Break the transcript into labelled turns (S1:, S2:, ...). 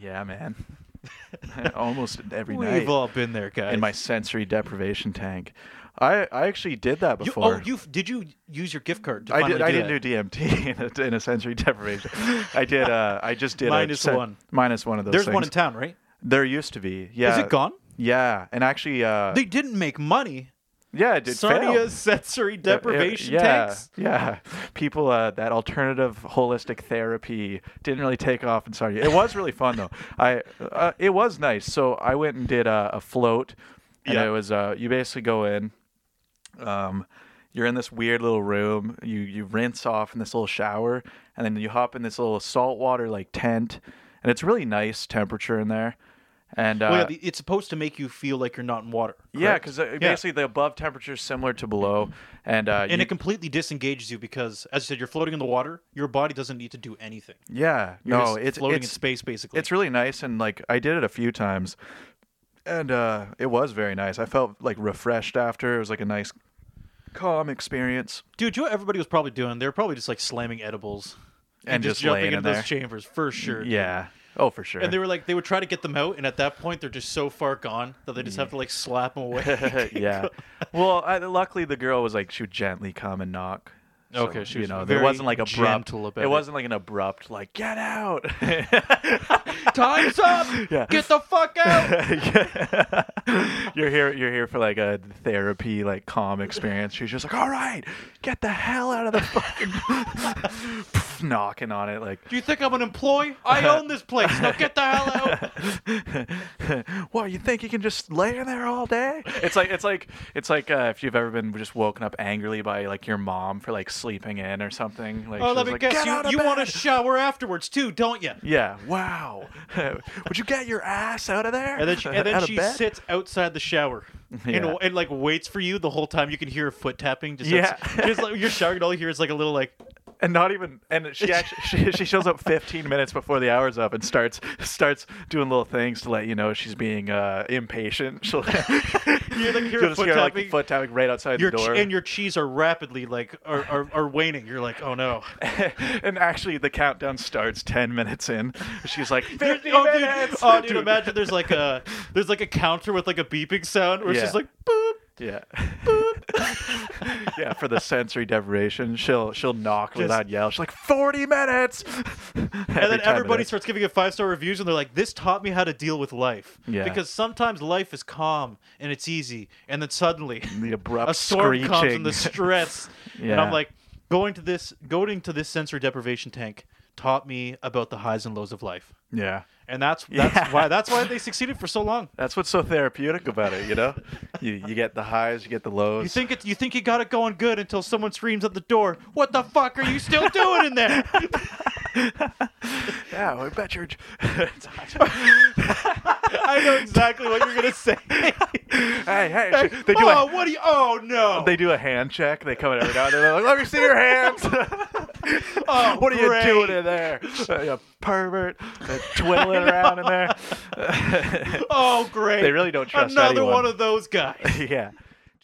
S1: Yeah, man. Almost every
S2: We've
S1: night
S2: all been there, guys.
S1: in my sensory deprivation tank. I I actually did that
S2: You-
S1: before.
S2: oh, you f- did you use your gift card? To
S1: I
S2: finally
S1: did. I
S2: do
S1: didn't do DMT in a, in a sensory deprivation. I did. Uh, I just did
S2: Minus
S1: a sen-
S2: one.
S1: minus one of those.
S2: There's one in
S1: things.
S2: town, right?
S1: there used to be. Yeah.
S2: Is it gone?
S1: Yeah, and actually, uh,
S2: They didn't make money.
S1: yeah, it did fail.
S2: Sardia's sensory deprivation
S1: yeah,
S2: tanks.
S1: Yeah, people uh, that alternative holistic therapy didn't really take off in Sarnia. It was really fun though. I uh, it was nice. So I went and did a, a float, and
S2: Yeah.
S1: it was uh, you basically go in, um, you're in this weird little room. You you rinse off in this little shower, and then you hop in this little saltwater like tent, and it's really nice temperature in there. And uh,
S2: Well, yeah, the- it's supposed to make you feel like you're not in water.
S1: yeah,
S2: correct?
S1: because basically the above temperature is similar to below, and uh,
S2: and
S1: you-
S2: it completely disengages you because, as I said, you're floating in the water. Your body doesn't need to do anything.
S1: yeah,
S2: You're
S1: no,
S2: just
S1: it's
S2: floating
S1: it's,
S2: in space, basically.
S1: it's really nice, and like I did it a few times, and uh, it was very nice. I felt like refreshed after. It was like a nice, calm experience.
S2: Dude, you know what everybody was probably doing? They were probably just like slamming edibles and,
S1: And
S2: just,
S1: just
S2: jumping
S1: laying
S2: into
S1: in
S2: those
S1: there.
S2: chambers for sure. dude.
S1: Yeah, oh for sure.
S2: And they were like, they would try to get them out, and at that point, they're just so far gone that they just have to like slap them away.
S1: yeah. Well, I, luckily the girl was like she would gently come and knock.
S2: Okay, she
S1: you
S2: was
S1: know,
S2: very
S1: there wasn't like abrupt.
S2: gentle about
S1: it
S2: it.
S1: wasn't like an abrupt like get out.
S2: Time's up!
S1: Yeah.
S2: Get the fuck out!
S1: you're here you're here for like a therapy like calm experience she's just like all right get the hell out of the fucking Pff, knocking on it like
S2: Do you think I'm an employee? I own this place. Now get the hell out!
S1: what you think you can just lay in there all day it's like it's like it's like uh, if you've ever been just woken up angrily by like your mom for like sleeping in or something like
S2: Oh,
S1: she was
S2: let me
S1: like,
S2: guess.
S1: "Get out
S2: You,
S1: of
S2: you want to
S1: bed."
S2: shower afterwards too, don't you?
S1: yeah wow would you get your ass out of there
S2: And then she, and
S1: Out
S2: then
S1: of
S2: she
S1: bed?
S2: sits outside the shower
S1: Yeah.
S2: and, and like waits for you the whole time. You can hear a foot tapping. Just
S1: Yeah.
S2: outs- just like you're showering, and all you hear is like a little like
S1: and not even and she actually she, she shows up 15 minutes before the hour's up and starts starts doing little things to let you know she's being uh, impatient. She'll
S2: you like hear
S1: you'll
S2: a
S1: just
S2: foot
S1: hear like
S2: tapping.
S1: the foot tapping right outside
S2: your
S1: the
S2: che-
S1: door.
S2: and your cheese are rapidly like are, are, are waning. You're like, oh no.
S1: and actually, the countdown starts 10 minutes in. She's like 50
S2: oh, dude,
S1: minutes.
S2: oh, dude, imagine there's like a there's like a counter with like a beeping sound where it's
S1: Yeah.
S2: just like boop.
S1: Yeah. yeah, for the sensory deprivation, she'll she'll knock without yell. She's like 40 minutes.
S2: And then everybody starts giving it five star reviews, and they're like, "This taught me how to deal with life."
S1: Yeah.
S2: Because sometimes life is calm and it's easy, and then suddenly
S1: the abrupt
S2: a storm comes
S1: screeching.
S2: and the stress. And I'm
S1: Yeah.
S2: like, going to this going to this sensory deprivation tank taught me about the highs and lows of life.
S1: yeah.
S2: And that's that's
S1: Yeah.
S2: why that's why they succeeded for so long.
S1: That's what's so therapeutic about it, you know? you, you get the highs, you get the lows.
S2: You think it, you think you got it going good until someone screams at the door, "What the fuck are you still doing in there?"
S1: yeah, I bet you're.
S2: I know exactly what you're gonna say.
S1: hey, hey,
S2: Like,
S1: they do
S2: oh,
S1: a,
S2: what do you? Oh no!
S1: they do a hand check. They come in every now and then. They're like, "Let me see your hands."
S2: Oh,
S1: what are
S2: great.
S1: you doing in there? Uh, you pervert, uh, twiddling around in there.
S2: Oh, great!
S1: They really don't trust
S2: Another
S1: anyone.
S2: one of those guys.
S1: yeah,